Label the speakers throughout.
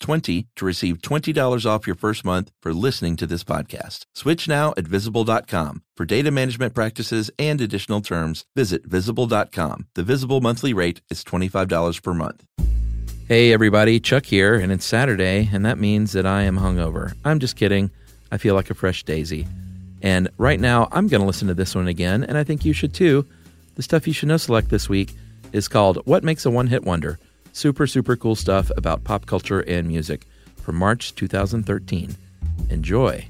Speaker 1: 20 to receive $20 off your first month for listening to this podcast. Switch now at visible.com. For data management practices and additional terms, visit visible.com. The visible monthly rate is $25 per month. Hey everybody, Chuck here, and it's Saturday, and that means that I am hungover. I'm just kidding. I feel like a fresh daisy. And right now, I'm going to listen to this one again, and I think you should too. The stuff you should know select this week is called What Makes a One Hit Wonder super, super cool stuff about pop culture and music from March 2013. Enjoy.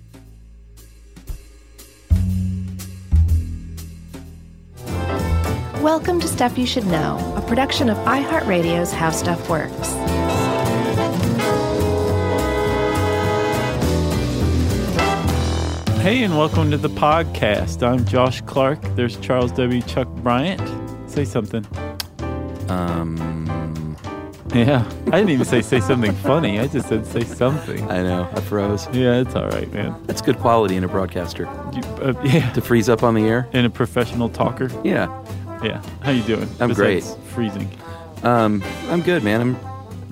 Speaker 2: Welcome to Stuff You Should Know, a production of iHeartRadio's How Stuff Works.
Speaker 3: Hey, and welcome to the podcast. I'm Josh Clark. There's Charles W. Chuck Bryant. Say something.
Speaker 1: Um,
Speaker 3: Yeah. I didn't even say say something funny. I just said say something.
Speaker 1: I know. I froze.
Speaker 3: Yeah, it's all right, man.
Speaker 1: That's good quality in a broadcaster
Speaker 3: You, uh, yeah.
Speaker 1: to freeze up on the air.
Speaker 3: And a professional talker.
Speaker 1: Yeah.
Speaker 3: Yeah. How you doing?
Speaker 1: I'm great.
Speaker 3: Besides Freezing.
Speaker 1: Um, I'm good, man. I'm.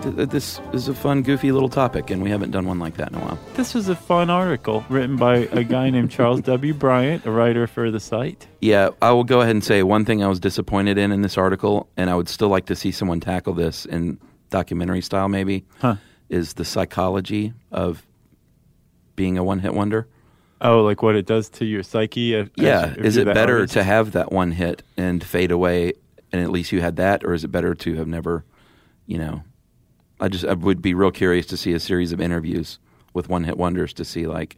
Speaker 1: Th- th- this is a fun, goofy little topic, and we haven't done one like that in a while.
Speaker 3: This was a fun article written by a guy named Charles W. Bryant, a writer for the site.
Speaker 1: Yeah, I will go ahead and say one thing I was disappointed in in this article, and I would still like to see someone tackle this in documentary style, maybe,
Speaker 3: Huh.
Speaker 1: is the psychology of being a one hit wonder.
Speaker 3: Oh, like what it does to your psyche? if-
Speaker 1: Yeah.
Speaker 3: if
Speaker 1: Is
Speaker 3: you're
Speaker 1: it
Speaker 3: that
Speaker 1: better
Speaker 3: artist?
Speaker 1: to have that one hit and fade away and at least you had that, or is it better to have never, you know? I just I would be real curious to see a series of interviews with one hit wonders to see like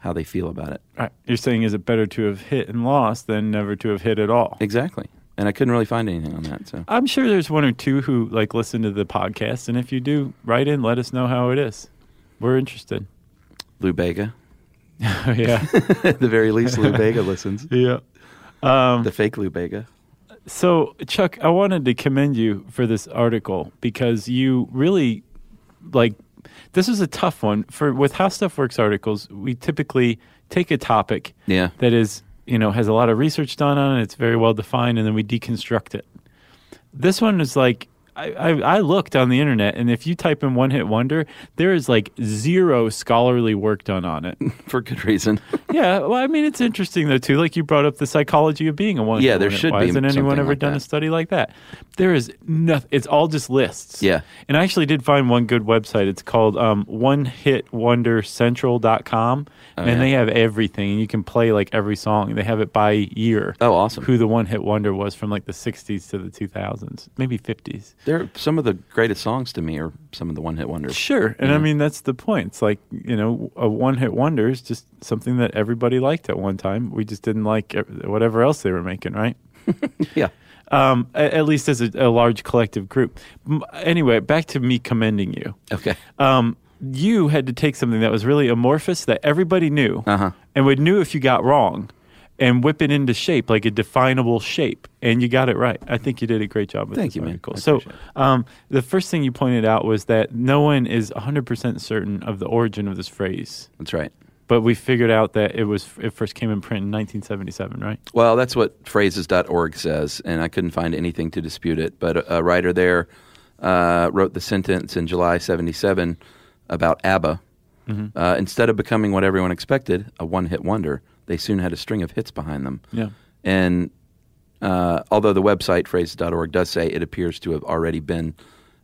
Speaker 1: how they feel about it.
Speaker 3: All right. You're saying is it better to have hit and lost than never to have hit at all?
Speaker 1: Exactly. And I couldn't really find anything on that. So
Speaker 3: I'm sure there's one or two who like listen to the podcast, and if you do, write in, let us know how it is. We're interested.
Speaker 1: Lou Bega,
Speaker 3: yeah,
Speaker 1: at the very least, Lou Bega listens.
Speaker 3: yeah. Um,
Speaker 1: the fake Lou Bega.
Speaker 3: So, Chuck, I wanted to commend you for this article because you really like this is a tough one for with how stuff works articles. We typically take a topic
Speaker 1: Yeah.
Speaker 3: that is you know has a lot of research done on it. It's very well defined, and then we deconstruct it. This one is like I, I, I looked on the internet, and if you type in "one hit wonder," there is like zero scholarly work done on it.
Speaker 1: For good reason.
Speaker 3: yeah, well, I mean, it's interesting though too. Like you brought up the psychology of being a one.
Speaker 1: Yeah, there
Speaker 3: wonder.
Speaker 1: should
Speaker 3: Why
Speaker 1: be
Speaker 3: Hasn't anyone
Speaker 1: something
Speaker 3: ever
Speaker 1: like
Speaker 3: done
Speaker 1: that.
Speaker 3: a study like that? There is nothing. It's all just lists.
Speaker 1: Yeah.
Speaker 3: And I actually did find one good website. It's called um, OneHitWonderCentral.com, and
Speaker 1: Oh, yeah.
Speaker 3: they have everything. And you can play like every song. They have it by year.
Speaker 1: Oh, awesome.
Speaker 3: Who the one hit wonder was from like the '60s to the 2000s, maybe '50s.
Speaker 1: They're, some of the greatest songs to me are some of the one hit wonders.
Speaker 3: Sure. And I mean, that's the point. It's like, you know, a one hit wonder is just something that everybody liked at one time. We just didn't like e- whatever else they were making, right?
Speaker 1: Yeah.
Speaker 3: Um, a- at least as a, a large collective group. M- Anyway, back to me commending you.
Speaker 1: Okay.
Speaker 3: Um, you had to take something that was really amorphous that everybody knew
Speaker 1: Uh-huh.
Speaker 3: and would knew if you got wrong and whip it into shape, like a definable shape. And you got it right. I think you did a great job with
Speaker 1: Thank
Speaker 3: this
Speaker 1: you, man.
Speaker 3: article.
Speaker 1: I
Speaker 3: So
Speaker 1: appreciate
Speaker 3: um, the first thing you pointed out was that no one is 100% certain of the origin of this phrase.
Speaker 1: That's right.
Speaker 3: But we figured out that it was it first came in print in 1977, right?
Speaker 1: Well, that's what phrases.org says, and I couldn't find anything to dispute it. But a, a writer there uh, wrote the sentence in July 77 about ABBA. Uh, instead of becoming what everyone expected, a one hit wonder, they soon had a string of hits behind them.
Speaker 3: Yeah.
Speaker 1: And uh, although the website phrases.org does say it appears to have already been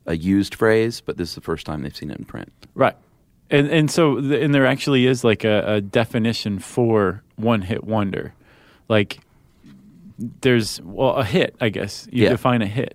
Speaker 1: a used phrase, but this is the first time they've seen it in print.
Speaker 3: Right. And and so the, and there actually is like a, a definition for one hit wonder. Like there's well a hit, I guess. You
Speaker 1: Yeah.
Speaker 3: define a hit.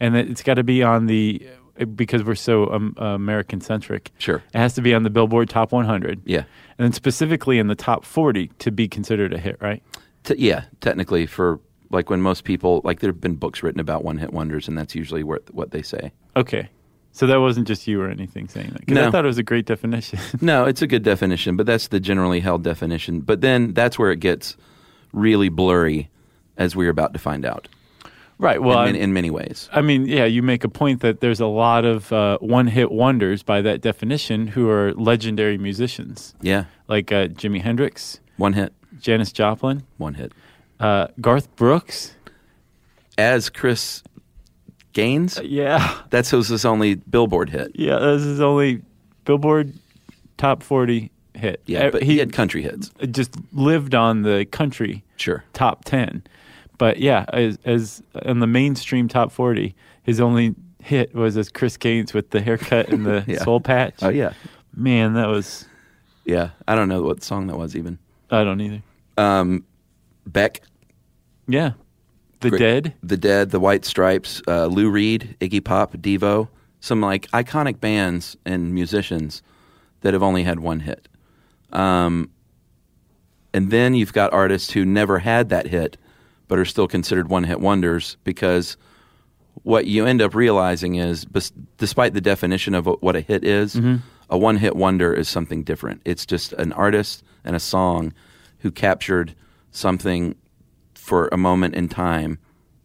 Speaker 3: and that it's got to be on the because we're so um, American centric.
Speaker 1: Sure.
Speaker 3: It has to be on the Billboard Top 100.
Speaker 1: Yeah.
Speaker 3: And then specifically in the top 40 to be considered a hit, right?
Speaker 1: Te- yeah, technically for like when most people like there have been books written about one-hit wonders, and that's usually where, what they say.
Speaker 3: Okay. So that wasn't just you or anything saying that. 'Cause I
Speaker 1: No.
Speaker 3: thought it was a great definition.
Speaker 1: No, it's a good definition, but that's the generally held definition. But then that's where it gets really blurry, as we're about to find out.
Speaker 3: right. Well,
Speaker 1: in,
Speaker 3: I-
Speaker 1: in, in many ways.
Speaker 3: I mean, yeah, you make a point that there's a lot of uh, one hit wonders by that definition who are legendary musicians,
Speaker 1: Yeah,
Speaker 3: like uh, Jimi Hendrix,
Speaker 1: one hit,
Speaker 3: Janis Joplin,
Speaker 1: one hit.
Speaker 3: uh, Garth Brooks.
Speaker 1: As Chris Gaines,
Speaker 3: Yeah.
Speaker 1: that's his his only Billboard hit.
Speaker 3: Yeah, this is only Billboard top 40 hit.
Speaker 1: Yeah,
Speaker 3: Uh,
Speaker 1: but he had country hits.
Speaker 3: just lived on the country
Speaker 1: Sure.
Speaker 3: top 10. But yeah, as, as on the mainstream top 40, his only hit was as Chris Gaines with the haircut and the
Speaker 1: Yeah.
Speaker 3: soul patch.
Speaker 1: Oh yeah,
Speaker 3: Man, that was,
Speaker 1: yeah. I don't know what song that was even.
Speaker 3: I don't either.
Speaker 1: Um, Beck,
Speaker 3: Yeah. The
Speaker 1: Great.
Speaker 3: Dead.
Speaker 1: The Dead, The White Stripes, uh, Lou Reed, Iggy Pop, Devo, some like iconic bands and musicians that have only had one hit. Um, and then you've got artists who never had that hit, but are still considered one hit wonders because what you end up realizing is, bes- despite the definition of what a hit is, a one hit wonder is something different. It's just an artist and a song who captured something for a moment in time.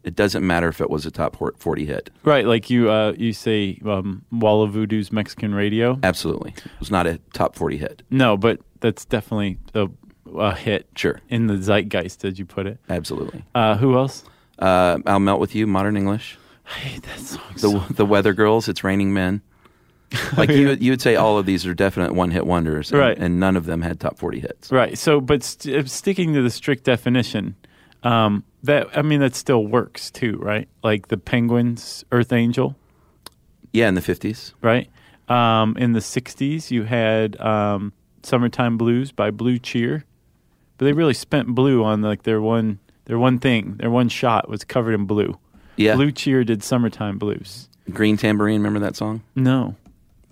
Speaker 1: It doesn't matter if it was a top hor- 40 hit.
Speaker 3: Right, like you uh, you say um, Walla Voodoo's Mexican Radio.
Speaker 1: Absolutely. It was not a top 40 hit.
Speaker 3: No, but that's definitely a, a hit.
Speaker 1: Sure.
Speaker 3: In the zeitgeist, as you put it.
Speaker 1: Absolutely.
Speaker 3: Uh, who else?
Speaker 1: Uh, I'll melt with you, modern English.
Speaker 3: I hate that song.
Speaker 1: The, the weather girls, it's raining men. Like you, would- you would say all of these are definite one hit wonders, and,
Speaker 3: Right.
Speaker 1: and none of them had top 40 hits.
Speaker 3: Right. So, but st- uh, sticking to the strict definition, um, that I mean, that still works too, right? Like the Penguins, Earth Angel,
Speaker 1: Yeah, in the 50s.
Speaker 3: right? Um, in the '60s, you had um, "Summertime Blues" by Blue Cheer, but they really spent blue on like their one their one thing, their one shot was covered in blue.
Speaker 1: Yeah.
Speaker 3: Blue Cheer did "Summertime Blues."
Speaker 1: Green Tambourine, remember that song?
Speaker 3: No,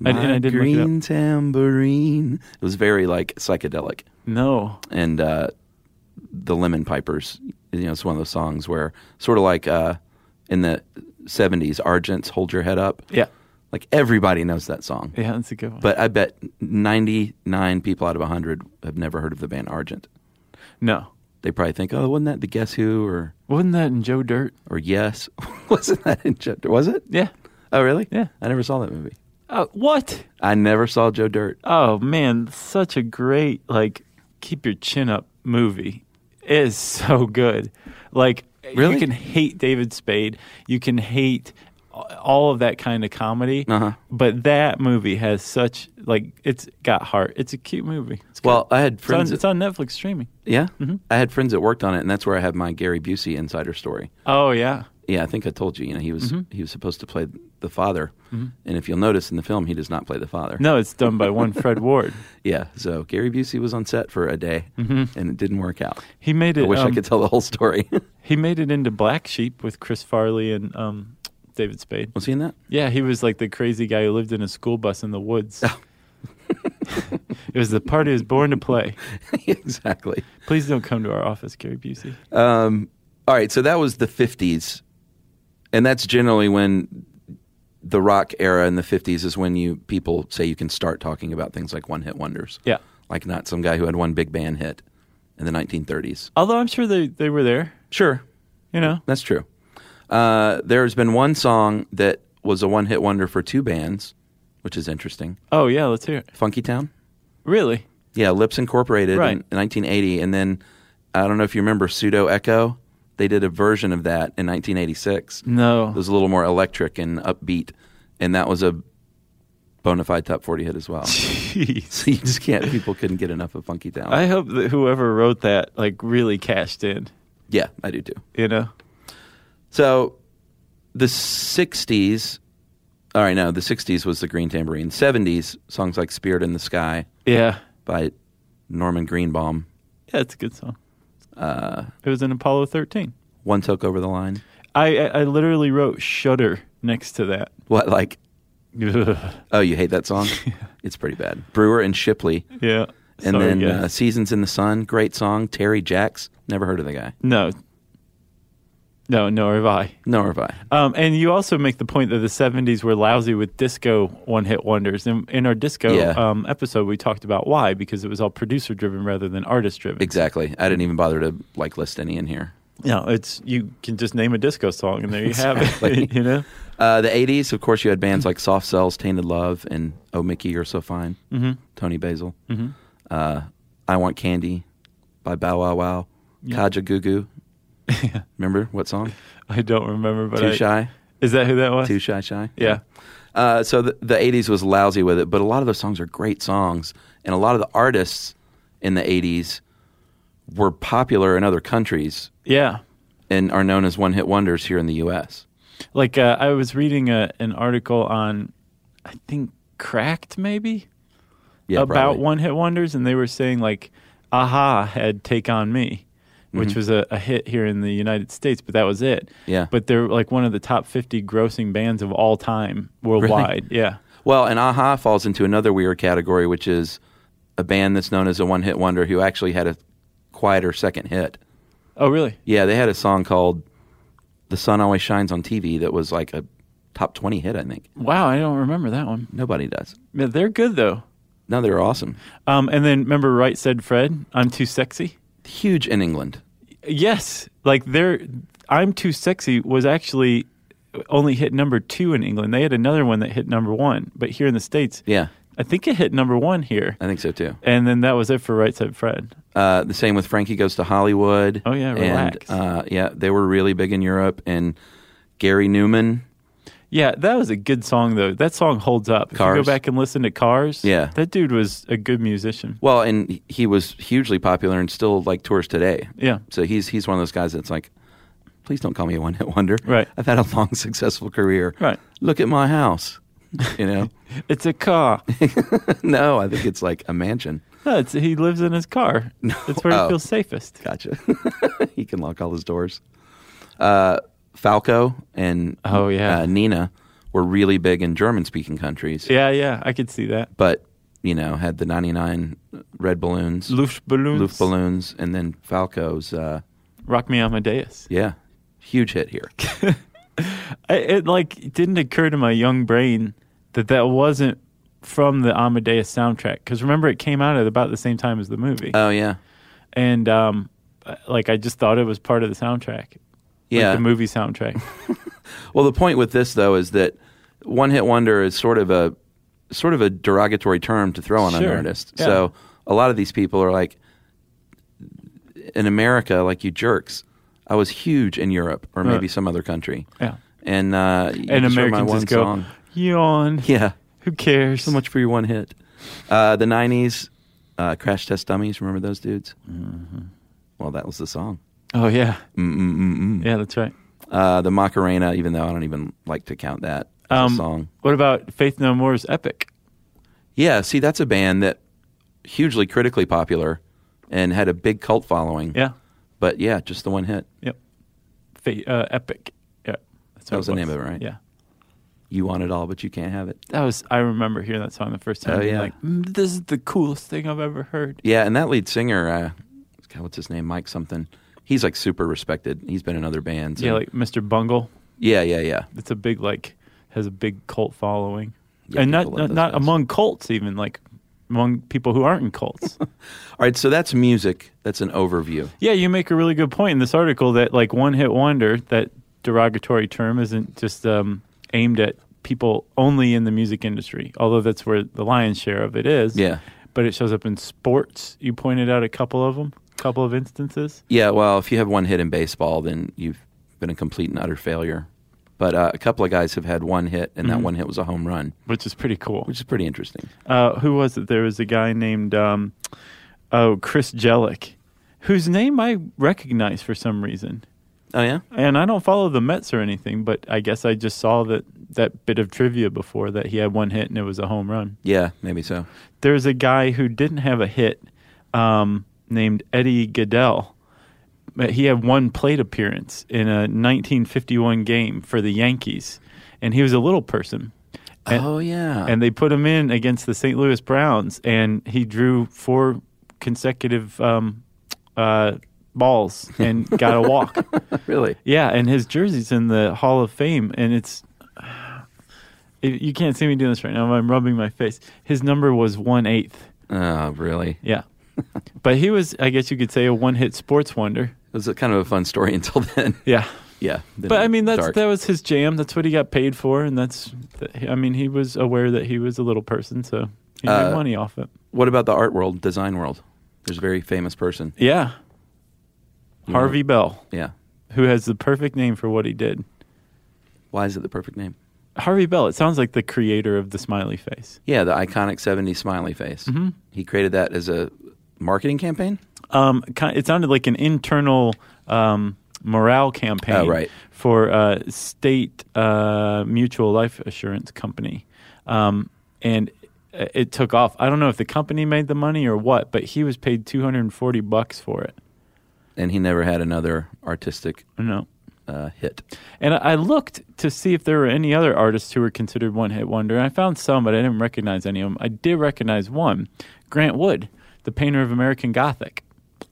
Speaker 3: I, and
Speaker 1: My
Speaker 3: I didn't look it up.
Speaker 1: Green Tambourine. It was very like psychedelic.
Speaker 3: No,
Speaker 1: and uh, the Lemon Pipers. You know, it's one of those songs where sort of like uh, in the '70s, Argent's "Hold Your Head Up."
Speaker 3: yeah,
Speaker 1: Like everybody knows that song,
Speaker 3: yeah, that's a good one.
Speaker 1: but I bet 99 people out of 100 have never heard of the band Argent.
Speaker 3: no,
Speaker 1: They probably think, "Oh, wasn't that the Guess Who or
Speaker 3: wasn't that in Joe Dirt?
Speaker 1: or Yes? wasn't that in Joe? Was it?
Speaker 3: Yeah.
Speaker 1: Oh, really?
Speaker 3: Yeah.
Speaker 1: I never saw that movie.
Speaker 3: Uh, what?
Speaker 1: I never saw Joe Dirt.
Speaker 3: Oh man, such a great like keep your chin up movie It is so good. Like
Speaker 1: Really?
Speaker 3: you can hate David Spade, you can hate all of that kind of comedy,
Speaker 1: Uh-huh.
Speaker 3: but that movie has such like it's got heart. It's a cute movie. It's,
Speaker 1: Well, I had
Speaker 3: it's, on,
Speaker 1: friends.
Speaker 3: it's on Netflix streaming.
Speaker 1: yeah,
Speaker 3: Mm-hmm.
Speaker 1: I had friends that worked on it, and that's where I have my Gary Busey insider story.
Speaker 3: Oh yeah,
Speaker 1: Yeah, I think I told you. You know, he was
Speaker 3: Mm-hmm.
Speaker 1: he was supposed to play the father, and if you'll notice in the film, he does not play the father.
Speaker 3: no, it's done by one Fred Ward.
Speaker 1: Yeah, so Gary Busey was on set for a day, and it didn't work out.
Speaker 3: He made
Speaker 1: I
Speaker 3: it.
Speaker 1: wish I
Speaker 3: Mm-hmm. um,
Speaker 1: could tell the whole story.
Speaker 3: He made it into Black Sheep with Chris Farley and um, David Spade.
Speaker 1: was he in that?
Speaker 3: Yeah, he was like the crazy guy who lived in a school bus in the woods. it was the part he was born to play.
Speaker 1: exactly.
Speaker 3: Please don't come to our office, Gary Busey.
Speaker 1: Um, all right, so that was the '50s, and that's generally when the rock era in the '50s is when you people say you can start talking about things like one-hit wonders.
Speaker 3: Yeah.
Speaker 1: like not some guy who had one big band hit in the 1930s.
Speaker 3: Although I'm sure they, they were there,
Speaker 1: Sure,
Speaker 3: you know?
Speaker 1: That's true. Uh, there's been one song that was a one hit wonder for two bands, which is interesting.
Speaker 3: Oh, yeah, let's hear it.
Speaker 1: Funky Town?
Speaker 3: Really?
Speaker 1: Yeah, Lips Incorporated
Speaker 3: Right.
Speaker 1: in 1980. And then I don't know if you remember Pseudo Echo. They did a version of that in 1986. It
Speaker 3: No.
Speaker 1: was a little more electric and upbeat. And that was a bona fide top 40 hit as well.
Speaker 3: Jeez.
Speaker 1: so you just can't, people couldn't get enough of Funky Town.
Speaker 3: I hope that whoever wrote that, like, really cashed in,
Speaker 1: yeah, I do too.
Speaker 3: you know?
Speaker 1: So the 60s, all right, no, the 60s was the Green Tambourine. 70s, songs like Spirit in the Sky
Speaker 3: Yeah.
Speaker 1: by Norman Greenbaum.
Speaker 3: Yeah, it's a good song. Uh, it was in Apollo 13.
Speaker 1: One Took Over the Line.
Speaker 3: I, I, I literally wrote Shudder next to that.
Speaker 1: What, like,
Speaker 3: Ugh.
Speaker 1: oh, you hate that song? It's pretty bad. Brewer and Shipley.
Speaker 3: yeah.
Speaker 1: And
Speaker 3: Sorry,
Speaker 1: then
Speaker 3: guys.
Speaker 1: uh, Seasons in the Sun, great song. Terry Jacks, never heard of the guy.
Speaker 3: no. No, nor have I.
Speaker 1: Nor have I.
Speaker 3: Um, and you also make the point that the 70s were lousy with disco one hit wonders. And in our disco
Speaker 1: Yeah.
Speaker 3: um, episode, we talked about why, because it was all producer driven rather than artist driven.
Speaker 1: Exactly. I didn't even bother to like list any in here.
Speaker 3: No, it's you can just name a disco song and there you have
Speaker 1: Exactly.
Speaker 3: it. you know,
Speaker 1: Uh, the 80s, of course, you had bands like Soft Cells, Tainted Love, and Oh Mickey, You're So Fine. Mm-hmm. Tony Basil. Mm-hmm. Uh, I Want Candy by Bow Wow Wow. Kaja Goo Goo. Remember what song?
Speaker 3: I don't remember, but
Speaker 1: Too
Speaker 3: I-
Speaker 1: Shy?
Speaker 3: Is that who that was?
Speaker 1: Too Shy Shy?
Speaker 3: Yeah,
Speaker 1: Uh, so the, the 80s was lousy with it, but a lot of those songs are great songs. And a lot of the artists in the 80s were popular in other countries
Speaker 3: yeah.
Speaker 1: and are known as one hit wonders here in the U.S.
Speaker 3: Like uh, I was reading a, an article on, I think Cracked maybe
Speaker 1: Yeah,
Speaker 3: about
Speaker 1: probably.
Speaker 3: one hit wonders, and they were saying like, Aha had Take on Me, which was a, a hit here in the United States, but that was it.
Speaker 1: Mm-hmm. Yeah.
Speaker 3: But they're like one of the top fifty grossing bands of all time worldwide. Yeah.
Speaker 1: Well, and Aha falls into another weird category, which is a band that's known as a one hit wonder who actually had a quieter second hit.
Speaker 3: Oh really?
Speaker 1: Yeah, they had a song called The Sun Always Shines on TV that was like a top 20 hit, I think.
Speaker 3: Wow, I don't remember that one.
Speaker 1: Nobody does.
Speaker 3: Yeah, They're good though.
Speaker 1: No, they were awesome.
Speaker 3: Um, and then remember, right said Fred, "I'm too sexy."
Speaker 1: Huge in England.
Speaker 3: Yes, like their "I'm too sexy" was actually only hit number two in England. They had another one that hit number one, but here in the states,
Speaker 1: Yeah,
Speaker 3: I think it hit number one here.
Speaker 1: I think so too.
Speaker 3: And then that was it for Right Said Fred.
Speaker 1: Uh, the same with Frankie Goes to Hollywood.
Speaker 3: Oh, yeah, relax.
Speaker 1: And, uh, yeah, they were really big in Europe. And Gary Newman,
Speaker 3: Yeah, that was a good song though. That song holds up. If you
Speaker 1: Cars.
Speaker 3: go back and listen to Cars,
Speaker 1: Yeah.
Speaker 3: that dude was a good musician.
Speaker 1: well, and he was hugely popular and still like tours today.
Speaker 3: Yeah,
Speaker 1: So he's he's one of those guys that's like, please don't call me a one hit wonder.
Speaker 3: Right.
Speaker 1: I've had a long successful career.
Speaker 3: Right.
Speaker 1: Look at my house. You know?
Speaker 3: it's a car.
Speaker 1: no, I think it's like a mansion.
Speaker 3: no, it's, he lives in his car. That's where
Speaker 1: Oh.
Speaker 3: he feels safest.
Speaker 1: Gotcha. he can lock all his doors. Uh, Falco and
Speaker 3: Oh, yeah.
Speaker 1: uh, Nina were really big in German speaking countries,
Speaker 3: Yeah, yeah, I could see that.
Speaker 1: but you know had the ninety nine red balloons,
Speaker 3: Luftballons.
Speaker 1: Luft balloons, and then Falco's. Uh,
Speaker 3: Rock Me Amadeus.
Speaker 1: yeah, huge hit here.
Speaker 3: I, it like it didn't occur to my young brain that that wasn't from the Amadeus soundtrack because remember it came out at about the same time as the movie,
Speaker 1: oh yeah,
Speaker 3: and um, like I just thought it was part of the soundtrack,
Speaker 1: yeah.
Speaker 3: like the movie soundtrack.
Speaker 1: Well, the point with this though is that one hit wonder is sort of a sort of a derogatory term to throw on an
Speaker 3: Sure.
Speaker 1: artist.
Speaker 3: Yeah.
Speaker 1: So a lot of these people are like in America, like you jerks. I was huge in Europe or maybe some other country,
Speaker 3: yeah,
Speaker 1: and uh, you
Speaker 3: and
Speaker 1: just wrote my
Speaker 3: Americans
Speaker 1: one
Speaker 3: just go
Speaker 1: song.
Speaker 3: yawn.
Speaker 1: Yeah,
Speaker 3: Who cares?
Speaker 1: so much for your one hit. Uh, the '90s, uh, Crash Test Dummies. Remember those dudes? Mm-hmm. Well, that was the song.
Speaker 3: Oh yeah,
Speaker 1: Mm,
Speaker 3: Mm-mm-mm-mm. yeah, that's right.
Speaker 1: Uh, the Macarena. Even though I don't even like to count that as
Speaker 3: Um,
Speaker 1: a song.
Speaker 3: What about Faith No More's Epic?
Speaker 1: Yeah, see, that's a band that hugely critically popular and had a big cult following.
Speaker 3: Yeah,
Speaker 1: But yeah, just the one hit.
Speaker 3: yep. Fa- uh, Epic. Yeah, that's what
Speaker 1: That was the name of it, right?
Speaker 3: Yeah.
Speaker 1: You want it all, but you can't have it.
Speaker 3: That was I remember hearing that song the first time.
Speaker 1: Oh,
Speaker 3: being
Speaker 1: yeah.
Speaker 3: like "Mm, this is the coolest thing I've ever heard.
Speaker 1: Yeah, and that lead singer, uh, God, what's his name? Mike something. He's like super respected. He's been in other bands.
Speaker 3: Yeah,
Speaker 1: and-
Speaker 3: like Mr. Bungle.
Speaker 1: yeah, yeah, yeah.
Speaker 3: It's a big like has a big cult following,
Speaker 1: Yeah,
Speaker 3: and not
Speaker 1: people love
Speaker 3: not,
Speaker 1: those
Speaker 3: not
Speaker 1: guys.
Speaker 3: among cults even like among people who aren't in cults.
Speaker 1: All right, so that's music. That's an overview.
Speaker 3: yeah, you make a really good point in this article that like one hit wonder that derogatory term isn't just um, aimed at people only in the music industry, although that's where the lion's share of it is.
Speaker 1: Yeah.
Speaker 3: but it shows up in sports. You pointed out a couple of them, a couple of instances.
Speaker 1: Yeah, well, if you have one hit in baseball, then you've been a complete and utter failure. But uh, a couple of guys have had one hit, and
Speaker 3: Mm-hmm.
Speaker 1: that one hit was a home run,
Speaker 3: Which is pretty cool.
Speaker 1: which is pretty interesting.
Speaker 3: uh, who was it? There was a guy named um, oh Chris Jellick, whose name I recognize for some reason.
Speaker 1: Oh, yeah?
Speaker 3: And I don't follow the Mets or anything, but I guess I just saw that that bit of trivia before that he had one hit and it was a home run.
Speaker 1: Yeah, maybe so.
Speaker 3: There's a guy who didn't have a hit um, named Eddie Goodell. But He had one plate appearance in a 1951 game for the Yankees, and he was a little person. And-
Speaker 1: oh yeah.
Speaker 3: and they put him in against the St. Louis Browns, and he drew four consecutive um, uh, balls and got a walk.
Speaker 1: really.
Speaker 3: Yeah, and his jersey's in the Hall of Fame, and it's. It, you can't see me doing this right now. I'm rubbing my face. His number was one eighth.
Speaker 1: Oh, really?
Speaker 3: Yeah, but he was, I guess you could say, a one-hit sports wonder.
Speaker 1: It was a kind of a fun story until then.
Speaker 3: Yeah,
Speaker 1: yeah. then
Speaker 3: but I mean that's
Speaker 1: dark.
Speaker 3: that was his jam. That's what he got paid for, and that's. I mean, he was aware that he was a little person, so he made
Speaker 1: Uh,
Speaker 3: money off it.
Speaker 1: What about the art world, design world? There's a very famous person.
Speaker 3: Yeah.
Speaker 1: hmm.
Speaker 3: Harvey Bell,
Speaker 1: Yeah.
Speaker 3: who has the perfect name for what he did.
Speaker 1: Why is it the perfect name?
Speaker 3: Harvey Bell, it sounds like the creator of the smiley face.
Speaker 1: Yeah, the iconic 70s smiley face. He created that as a marketing campaign.
Speaker 3: Um, ki- it sounded like an internal um, morale campaign
Speaker 1: Oh, right.
Speaker 3: for uh, State uh, Mutual Life Assurance Company. Um, and i- it took off. I don't know if the company made the money or what, but he was paid 240 bucks for it.
Speaker 1: And he never had another artistic
Speaker 3: I don't know.
Speaker 1: uh, hit.
Speaker 3: And I I looked to see if there were any other artists who were considered one hit wonder. And I found some, but I didn't recognize any of them. I did recognize one Grant Wood, the painter of American Gothic.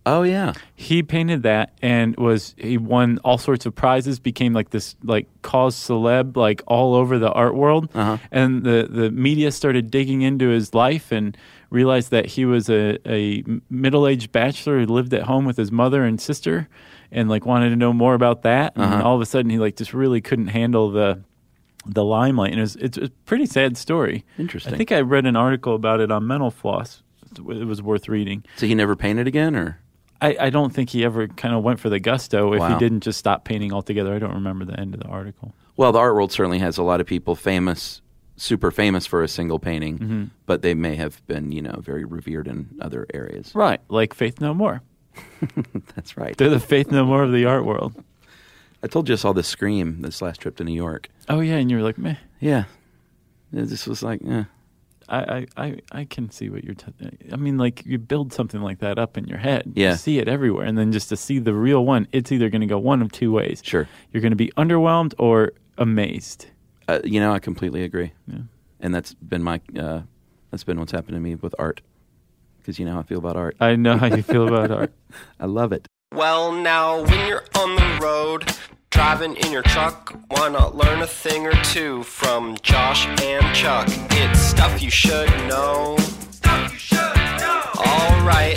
Speaker 1: Oh, yeah.
Speaker 3: He painted that and was he won all sorts of prizes, became like this like cause celeb like all over the art world.
Speaker 1: Uh-huh.
Speaker 3: And the, the media started digging into his life and realized that he was a, a middle aged bachelor who lived at home with his mother and sister and like wanted to know more about that. And
Speaker 1: Uh-huh.
Speaker 3: all of a sudden he like just really couldn't handle the the limelight. And it was, it's a pretty sad story.
Speaker 1: Interesting.
Speaker 3: I think I read an article about it on Mental Floss. It was worth reading.
Speaker 1: So he never painted again, or?
Speaker 3: I, I don't think he ever kind of went for the gusto. If
Speaker 1: Wow.
Speaker 3: he didn't just stop painting altogether, I don't remember the end of the article.
Speaker 1: Well, the art world certainly has a lot of people famous, super famous for a single painting, but they may have been, you know, very revered in other areas.
Speaker 3: Right. Like Faith No More.
Speaker 1: That's right.
Speaker 3: They're the Faith No More of the art world.
Speaker 1: I told you I saw this Scream this last trip to New York.
Speaker 3: Oh, yeah. And you were like, meh,
Speaker 1: Yeah. It just was like, eh.
Speaker 3: I, I, I, I can see what you're. T- I mean, like, you build something like that up in your head.
Speaker 1: Yeah.
Speaker 3: You see it everywhere. And then just to see the real one, it's either going to go one of two ways.
Speaker 1: Sure.
Speaker 3: You're going to be underwhelmed or amazed.
Speaker 1: Uh, you know, I completely agree. And that's been my uh, that's been what's happened to me with art, because you know how I feel about art.
Speaker 3: I know how you feel about art.
Speaker 1: I love it.
Speaker 4: Well, now, when you're on the road, driving in your truck, why not learn a thing or two from Josh and Chuck? It's stuff you should know. Stuff you should know. All right.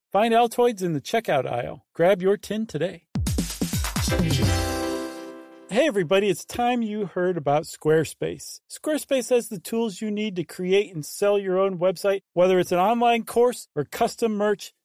Speaker 5: Find Altoids in the checkout aisle. Grab your tin today. Hey, everybody, it's time you heard about Squarespace. Squarespace has the tools you need to create and sell your own website, whether it's an online course or custom merch.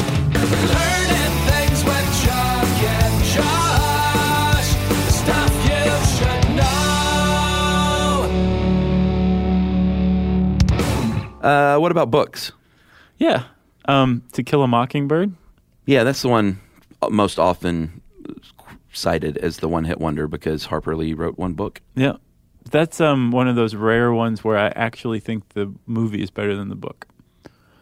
Speaker 4: Learning things with Chuck and Josh. Stuff you should know.
Speaker 1: Uh, what about books?
Speaker 3: Yeah. Um, to Kill a Mockingbird.
Speaker 1: Yeah, that's the one most often cited as the one hit wonder because Harper Lee wrote one book.
Speaker 3: Yeah. That's um, one of those rare ones where I actually think the movie is better than the book.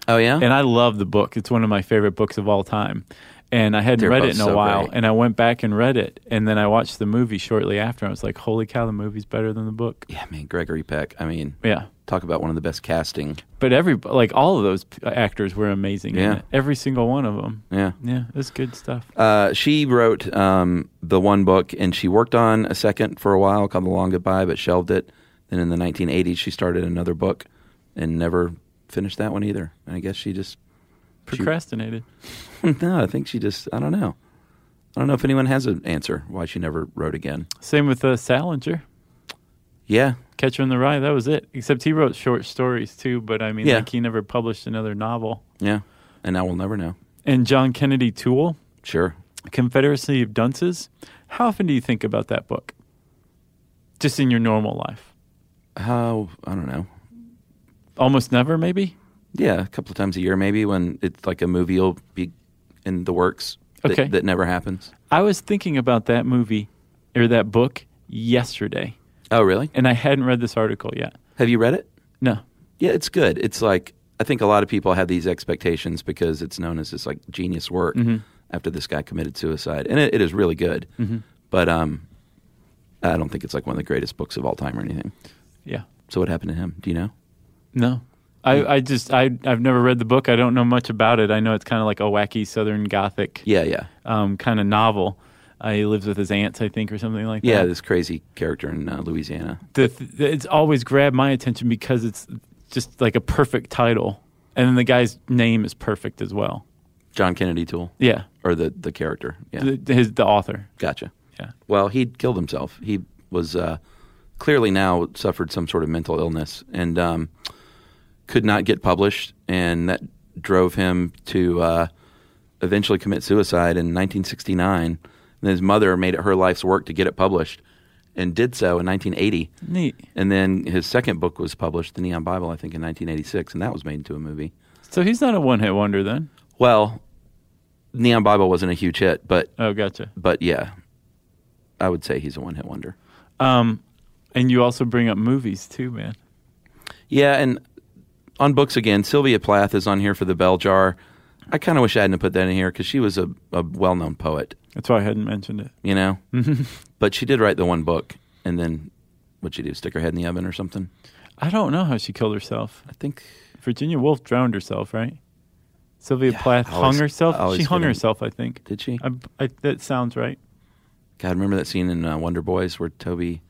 Speaker 1: Oh, yeah?
Speaker 3: and I love the book. It's one of my favorite books of all time. And I hadn't
Speaker 1: They're
Speaker 3: read
Speaker 1: both
Speaker 3: it in a
Speaker 1: so
Speaker 3: while,
Speaker 1: great.
Speaker 3: and I went back and read it, and then I watched the movie shortly after. I was like, "Holy cow, the movie's better than the book."
Speaker 1: yeah, man, Gregory Peck. I mean,
Speaker 3: Yeah,
Speaker 1: talk about one of the best casting.
Speaker 3: but every like all of those p- actors were amazing. in
Speaker 1: Yeah.
Speaker 3: it. every single one of them.
Speaker 1: Yeah.
Speaker 3: Yeah, it's good stuff.
Speaker 1: Uh, she wrote um, the one book, and she worked on a second for a while called The Long Goodbye, but shelved it. Then in the 1980s, she started another book and never finished that one either. And I guess she just
Speaker 3: Procrastinated.
Speaker 1: no, I think she just I don't know. I don't know if anyone has an answer why she never wrote again.
Speaker 3: Same with uh, Salinger,
Speaker 1: Yeah,
Speaker 3: Catcher in the Rye. That was it. Except he wrote short stories too. But I mean,
Speaker 1: Yeah.
Speaker 3: like he never published another novel.
Speaker 1: yeah, and now we'll never know.
Speaker 3: And John Kennedy Toole,
Speaker 1: Sure,
Speaker 3: Confederacy of Dunces. How often do you think about that book? Just in your normal life,
Speaker 1: how I don't know.
Speaker 3: almost never, maybe.
Speaker 1: Yeah, a couple of times a year maybe when it's like a movie will be in the works. that-
Speaker 3: Okay.
Speaker 1: that never happens.
Speaker 3: I was thinking about that movie or that book yesterday,
Speaker 1: Oh, really?
Speaker 3: and I hadn't read this article yet.
Speaker 1: Have you read it?
Speaker 3: No,
Speaker 1: Yeah, it's good. It's like I think a lot of people have these expectations because it's known as this like genius work after this guy committed suicide, and it, it is really good. But um, I don't think it's like one of the greatest books of all time or anything.
Speaker 3: yeah,
Speaker 1: So what happened to him? Do you know?
Speaker 3: no.
Speaker 1: Hmm.
Speaker 3: I, I just I I've never read the book. I don't know much about it. I know it's kind of like a wacky Southern Gothic
Speaker 1: Yeah, yeah,
Speaker 3: um, kind of novel. Uh, he lives with his aunts, I think, or something like
Speaker 1: yeah.
Speaker 3: that.
Speaker 1: This crazy character in uh, Louisiana.
Speaker 3: the th- the- it's always grabbed my attention because it's just like a perfect title, and then the guy's name is perfect as well.
Speaker 1: John Kennedy Toole,
Speaker 3: Yeah,
Speaker 1: or the the character. Yeah,
Speaker 3: the, his the author.
Speaker 1: gotcha.
Speaker 3: Yeah,
Speaker 1: Well, he killed himself. He was uh, clearly now suffered some sort of mental illness and um, could not get published, and that drove him to uh, eventually commit suicide in 1969. And his mother made it her life's work to get it published, and did so in 1980.
Speaker 3: neat.
Speaker 1: And then his second book was published, The Neon Bible, I think, in 1986, and that was made into a movie.
Speaker 3: So he's not a one hit wonder then.
Speaker 1: Well, Neon Bible wasn't a huge hit, but
Speaker 3: Oh, gotcha.
Speaker 1: but yeah, I would say he's a one hit wonder.
Speaker 3: And you also bring up movies too, man.
Speaker 1: Yeah, and on books again, Sylvia Plath is on here for the Bell Jar. I kind of wish I hadn't put that in here because she was a, a well known poet,
Speaker 3: That's why I hadn't mentioned it.
Speaker 1: you know? but she did write the one book, and then what'd she do? Stick her head in the oven or something?
Speaker 3: I don't know how she killed herself.
Speaker 1: I think.
Speaker 3: Virginia Woolf drowned herself, right? Sylvia Plath
Speaker 1: I
Speaker 3: hung
Speaker 1: always- I
Speaker 3: herself.
Speaker 1: always
Speaker 3: She hung
Speaker 1: forget.
Speaker 3: herself, I think.
Speaker 1: Did she?
Speaker 3: I, I, that sounds right.
Speaker 1: God, remember that scene in uh, Wonder Boys where Toby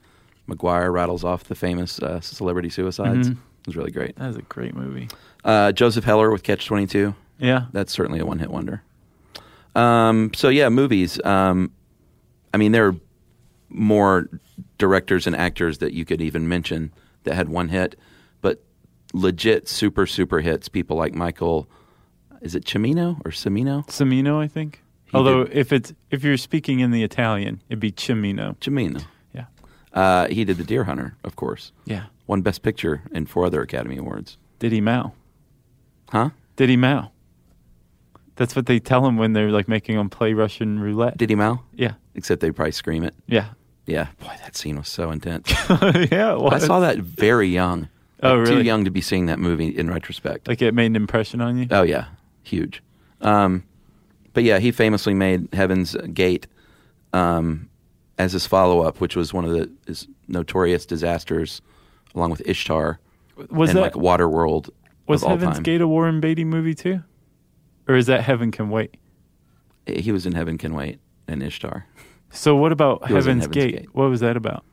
Speaker 1: McGuire rattles off the famous uh, celebrity suicides? It was really great.
Speaker 3: That is a great movie.
Speaker 1: Uh, Joseph Heller with Catch 22.
Speaker 3: Yeah.
Speaker 1: that's certainly a one hit wonder. Um, so yeah, movies. Um, I mean, there are more directors and actors that you could even mention that had one hit, but legit super super hits. People like Michael, is it Cimino or Cimino?
Speaker 3: Cimino, I think. Although if it's if you're speaking in the Italian, it'd be Cimino.
Speaker 1: Cimino.
Speaker 3: Yeah.
Speaker 1: Uh, he did The Deer Hunter, of course.
Speaker 3: Yeah.
Speaker 1: Won Best Picture and four other Academy Awards.
Speaker 3: Diddy Mao.
Speaker 1: Huh?
Speaker 3: Diddy Mao. That's what they tell him when they're like making him play Russian roulette.
Speaker 1: Did he Mal?
Speaker 3: yeah.
Speaker 1: Except they probably scream it.
Speaker 3: Yeah.
Speaker 1: Yeah. Boy, that scene was so intense.
Speaker 3: yeah. Well,
Speaker 1: I saw that very young.
Speaker 3: Oh,
Speaker 1: Like, Too
Speaker 3: really?
Speaker 1: young to be seeing that movie in retrospect.
Speaker 3: Like it made an impression on you.
Speaker 1: oh yeah, huge. Um, but yeah, he famously made Heaven's Gate um, as his follow-up, which was one of the his notorious disasters, along with Ishtar
Speaker 3: was
Speaker 1: and
Speaker 3: that
Speaker 1: like Waterworld
Speaker 3: was
Speaker 1: of all
Speaker 3: Heaven's
Speaker 1: time.
Speaker 3: Gate a Warren Beatty movie too, or is that Heaven Can Wait?
Speaker 1: He was in Heaven Can Wait and Ishtar.
Speaker 3: So what about
Speaker 1: He was in
Speaker 3: Heaven's,
Speaker 1: Heaven's
Speaker 3: Gate?
Speaker 1: Gate.
Speaker 3: What was that about?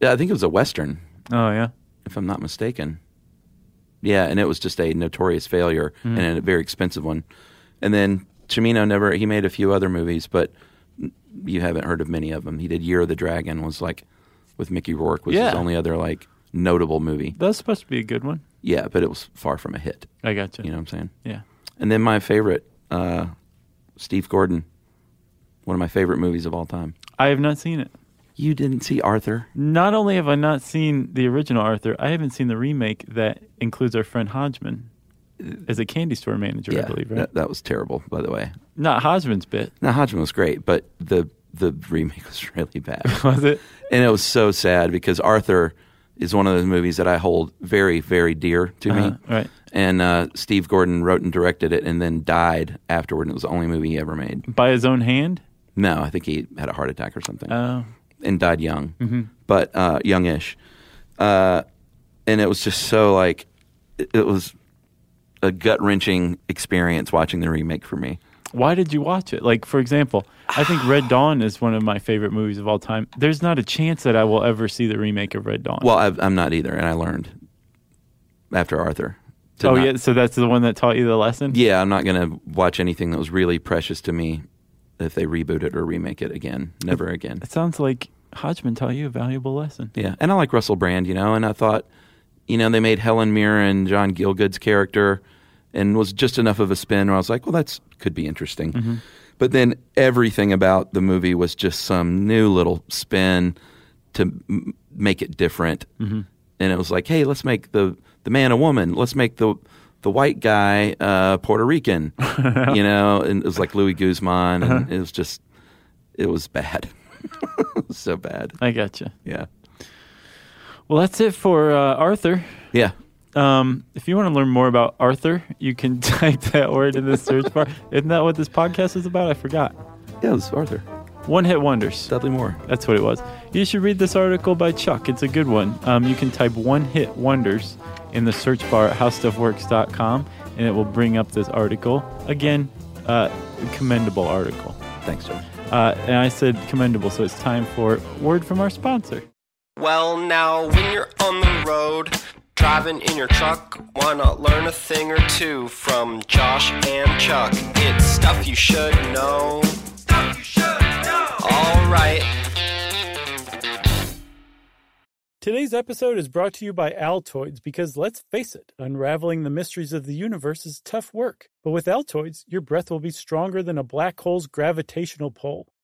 Speaker 1: Yeah, I think it was a western.
Speaker 3: Oh yeah,
Speaker 1: if I'm not mistaken. Yeah, and it was just a notorious failure and a very expensive one. And then Cimino never he made a few other movies, but you haven't heard of many of them. He did Year of the Dragon was like with Mickey Rourke was
Speaker 3: Yeah.
Speaker 1: his only other like notable movie.
Speaker 3: that was supposed to be a good one.
Speaker 1: Yeah, but it was far from a hit.
Speaker 3: I gotcha.
Speaker 1: You know what I'm saying?
Speaker 3: Yeah,
Speaker 1: And then my favorite, uh, Steve Gordon, one of my favorite movies of all time.
Speaker 3: I have not seen it.
Speaker 1: You didn't see Arthur?
Speaker 3: Not only have I not seen the original Arthur, I haven't seen the remake that includes our friend Hodgman as a candy store manager. I believe right.
Speaker 1: that, that was terrible. By the way,
Speaker 3: Not Hodgman's bit,
Speaker 1: Now Hodgman was great, but the the remake was really bad,
Speaker 3: was it?
Speaker 1: and it was so sad because Arthur is one of those movies that I hold very, very dear to me.
Speaker 3: Uh-huh. right.
Speaker 1: And uh, Steve Gordon wrote and directed it, and then died afterward. And it was the only movie he ever made.
Speaker 3: By his own hand?
Speaker 1: No, I think he had a heart attack or something,
Speaker 3: Oh.
Speaker 1: and died young,
Speaker 3: Mm-hmm.
Speaker 1: but uh, youngish. Uh, and it was just so like it it was a gut wrenching experience watching the remake for me.
Speaker 3: Why did you watch it? Like, for example, I think Red Dawn is one of my favorite movies of all time. There's not a chance that I will ever see the remake of Red Dawn.
Speaker 1: Well, i I'm not either, and I learned after Arthur. to
Speaker 3: oh,
Speaker 1: not-
Speaker 3: yeah. So that's the one that taught you the lesson?
Speaker 1: Yeah, I'm not going to watch anything that was really precious to me if they reboot it or remake it again. Never again.
Speaker 3: It sounds like Hodgman taught you a valuable lesson.
Speaker 1: Yeah. And I like Russell Brand, you know, and I thought, you know, they made Helen Mirren, John Gilgood's character, and was just enough of a spin where I was like, well, that's could be interesting. But then everything about the movie was just some new little spin to m- make it different. And it was like, hey, let's make the, the man a woman. Let's make the the white guy uh, Puerto Rican, you know, and it was like Louis Guzman, and it was just, it was bad, It was so bad,
Speaker 3: I gotcha.
Speaker 1: yeah,
Speaker 3: Well, that's it for uh, Arthur.
Speaker 1: yeah.
Speaker 3: Um, if you want to learn more about Arthur, you can type that word in the search bar. Isn't that what this podcast is about? I forgot.
Speaker 1: Yeah, it was Arthur.
Speaker 3: One hit wonders.
Speaker 1: Dudley Moore.
Speaker 3: That's what it was. You should read this article by Chuck. It's a good one. Um, you can type one hit wonders in the search bar at howstuffworks.com and it will bring up this article. Again, uh, commendable article.
Speaker 1: Thanks, George.
Speaker 3: Uh, and I said commendable, so it's time for word from our sponsor.
Speaker 4: Well, now, when you're on the road, driving in your truck, why not learn a thing or two from Josh and Chuck? It's stuff you should know. Stuff you should know. All right.
Speaker 5: Today's episode is brought to you by Altoids because let's face it, unraveling the mysteries of the universe is tough work. But with Altoids, your breath will be stronger than a black hole's gravitational pull,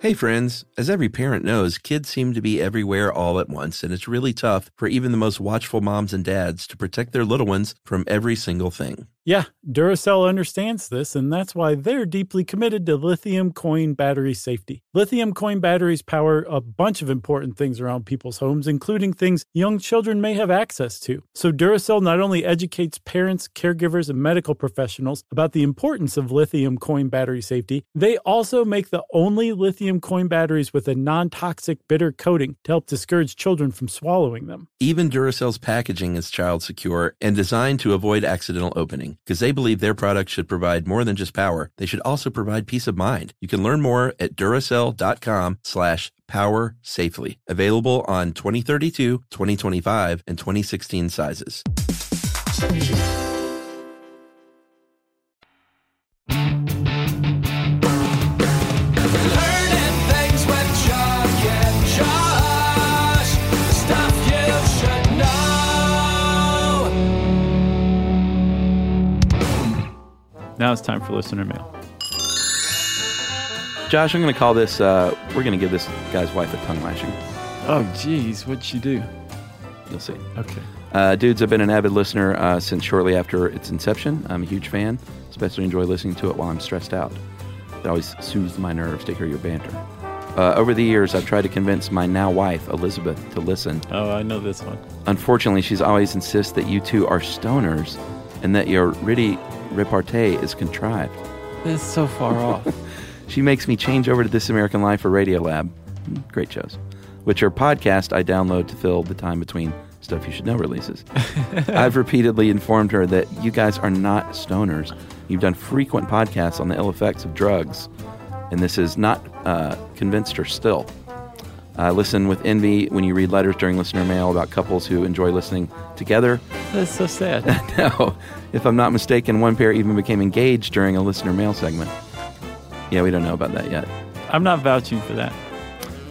Speaker 1: Hey, friends. As every parent knows, kids seem to be everywhere all at once, and it's really tough for even the most watchful moms and dads to protect their little ones from every single thing.
Speaker 5: Yeah, Duracell understands this, and that's why they're deeply committed to lithium coin battery safety. Lithium coin batteries power a bunch of important things around people's homes, including things young children may have access to. So, Duracell not only educates parents, caregivers, and medical professionals about the importance of lithium coin battery safety, they also make the only lithium coin batteries with a non toxic bitter coating to help discourage children from swallowing them.
Speaker 1: Even Duracell's packaging is child secure and designed to avoid accidental opening because they believe their products should provide more than just power. They should also provide peace of mind. You can learn more at Duracell.com slash power safely. Available on 2032, 2025, and 2016 sizes.
Speaker 4: Learning things with Chuck and Josh. Stuff you should know.
Speaker 3: Now it's time for listener mail.
Speaker 1: Josh, I'm going to call this, uh, we're going to give this guy's wife a tongue lashing.
Speaker 3: Oh, geez, what'd she do?
Speaker 1: You'll see.
Speaker 3: Okay.
Speaker 1: Uh, dudes, I've been an avid listener uh, since shortly after its inception. I'm a huge fan, especially enjoy listening to it while I'm stressed out. It always soothes my nerves to hear your banter. Uh, over the years, I've tried to convince my now wife, Elizabeth, to listen.
Speaker 3: Oh, I know this one.
Speaker 1: Unfortunately, she's always insists that you two are stoners and that your witty repartee is contrived.
Speaker 3: It's so far off.
Speaker 1: She makes me change over to This American Life or Radio Lab. Hmm, Great shows. Which are podcasts I download to fill the time between Stuff You Should Know releases. I've repeatedly informed her that you guys are not stoners. You've done frequent podcasts on the ill effects of drugs, and this has not uh, convinced her still. I listen with envy when you read letters during listener mail about couples who enjoy listening together
Speaker 3: That's so sad.
Speaker 1: no, if I'm not mistaken, one pair even became engaged during a listener mail segment. Yeah, we don't know about that yet.
Speaker 3: I'm not vouching for that.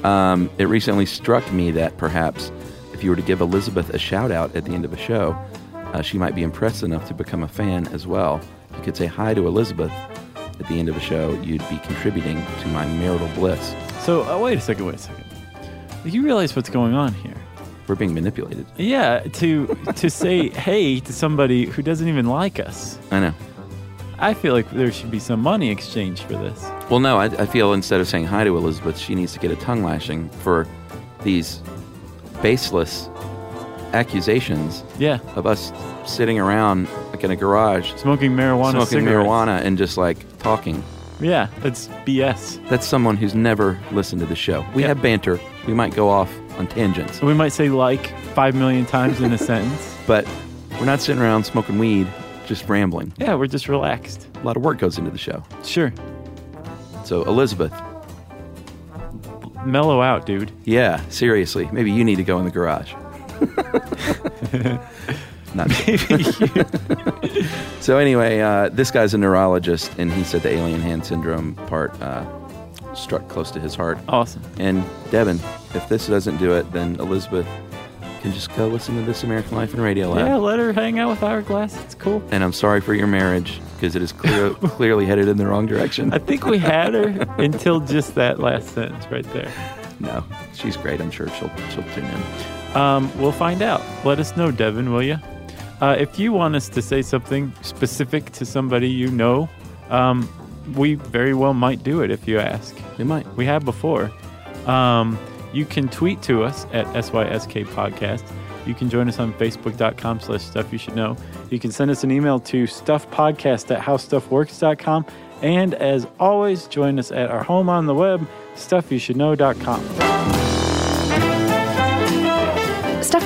Speaker 1: Um, it recently struck me that perhaps if you were to give Elizabeth a shout out at the end of a show, uh, she might be impressed enough to become a fan as well.
Speaker 6: you could say hi to Elizabeth at the end of a show, you'd be contributing to my marital bliss.
Speaker 7: So uh, wait a second, wait a second. You realize what's going on here?
Speaker 6: We're being manipulated.
Speaker 7: Yeah, to to say hey to somebody who doesn't even like us.
Speaker 6: I know.
Speaker 7: I feel like there should be some money exchange for this.
Speaker 6: Well, no, I, I feel instead of saying hi to Elizabeth, she needs to get a tongue lashing for these baseless accusations
Speaker 7: Yeah,
Speaker 6: of us sitting around like in a garage
Speaker 7: smoking marijuana.
Speaker 6: smoking
Speaker 7: cigarettes.
Speaker 6: marijuana and just like talking.
Speaker 7: Yeah, it's BS.
Speaker 6: That's someone who's never listened to the show. We
Speaker 7: Yeah.
Speaker 6: have banter. We might go off on tangents,
Speaker 7: So we might say like five million times in a sentence.
Speaker 6: but we're not sitting around smoking weed, just rambling.
Speaker 7: Yeah, we're just relaxed.
Speaker 6: A lot of work goes into the show.
Speaker 7: Sure,
Speaker 6: So, Elizabeth,
Speaker 7: mellow out, dude.
Speaker 6: yeah, seriously, maybe you need to go in the garage. not me. so, anyway, uh, this guy's a neurologist, and he said the alien hand syndrome part uh, struck close to his heart.
Speaker 7: Awesome.
Speaker 6: And Devin, if this doesn't do it, then Elizabeth can just go listen to This American Life and Radio Lab.
Speaker 7: Yeah, let her hang out with Hourglass. It's cool.
Speaker 6: And I'm sorry for your marriage because it is clear, clearly headed in the wrong direction.
Speaker 7: I think we had her until just that last sentence right there.
Speaker 6: No, she's great. I'm sure she'll she'll tune in.
Speaker 7: Um, we'll find out. Let us know, Devin, will you? Uh, if you want us to say something specific to somebody you know, um, we very well might do it if you ask.
Speaker 6: We might.
Speaker 7: We have before. Um, you can tweet to us at SYSK Podcast. You can join us on Facebook.com slash Stuff You Should Know. You can send us an email to StuffPodcast at HowStuffWorks.com. And as always, join us at our home on the web, StuffYouShouldKnow.com.
Speaker 2: Stuff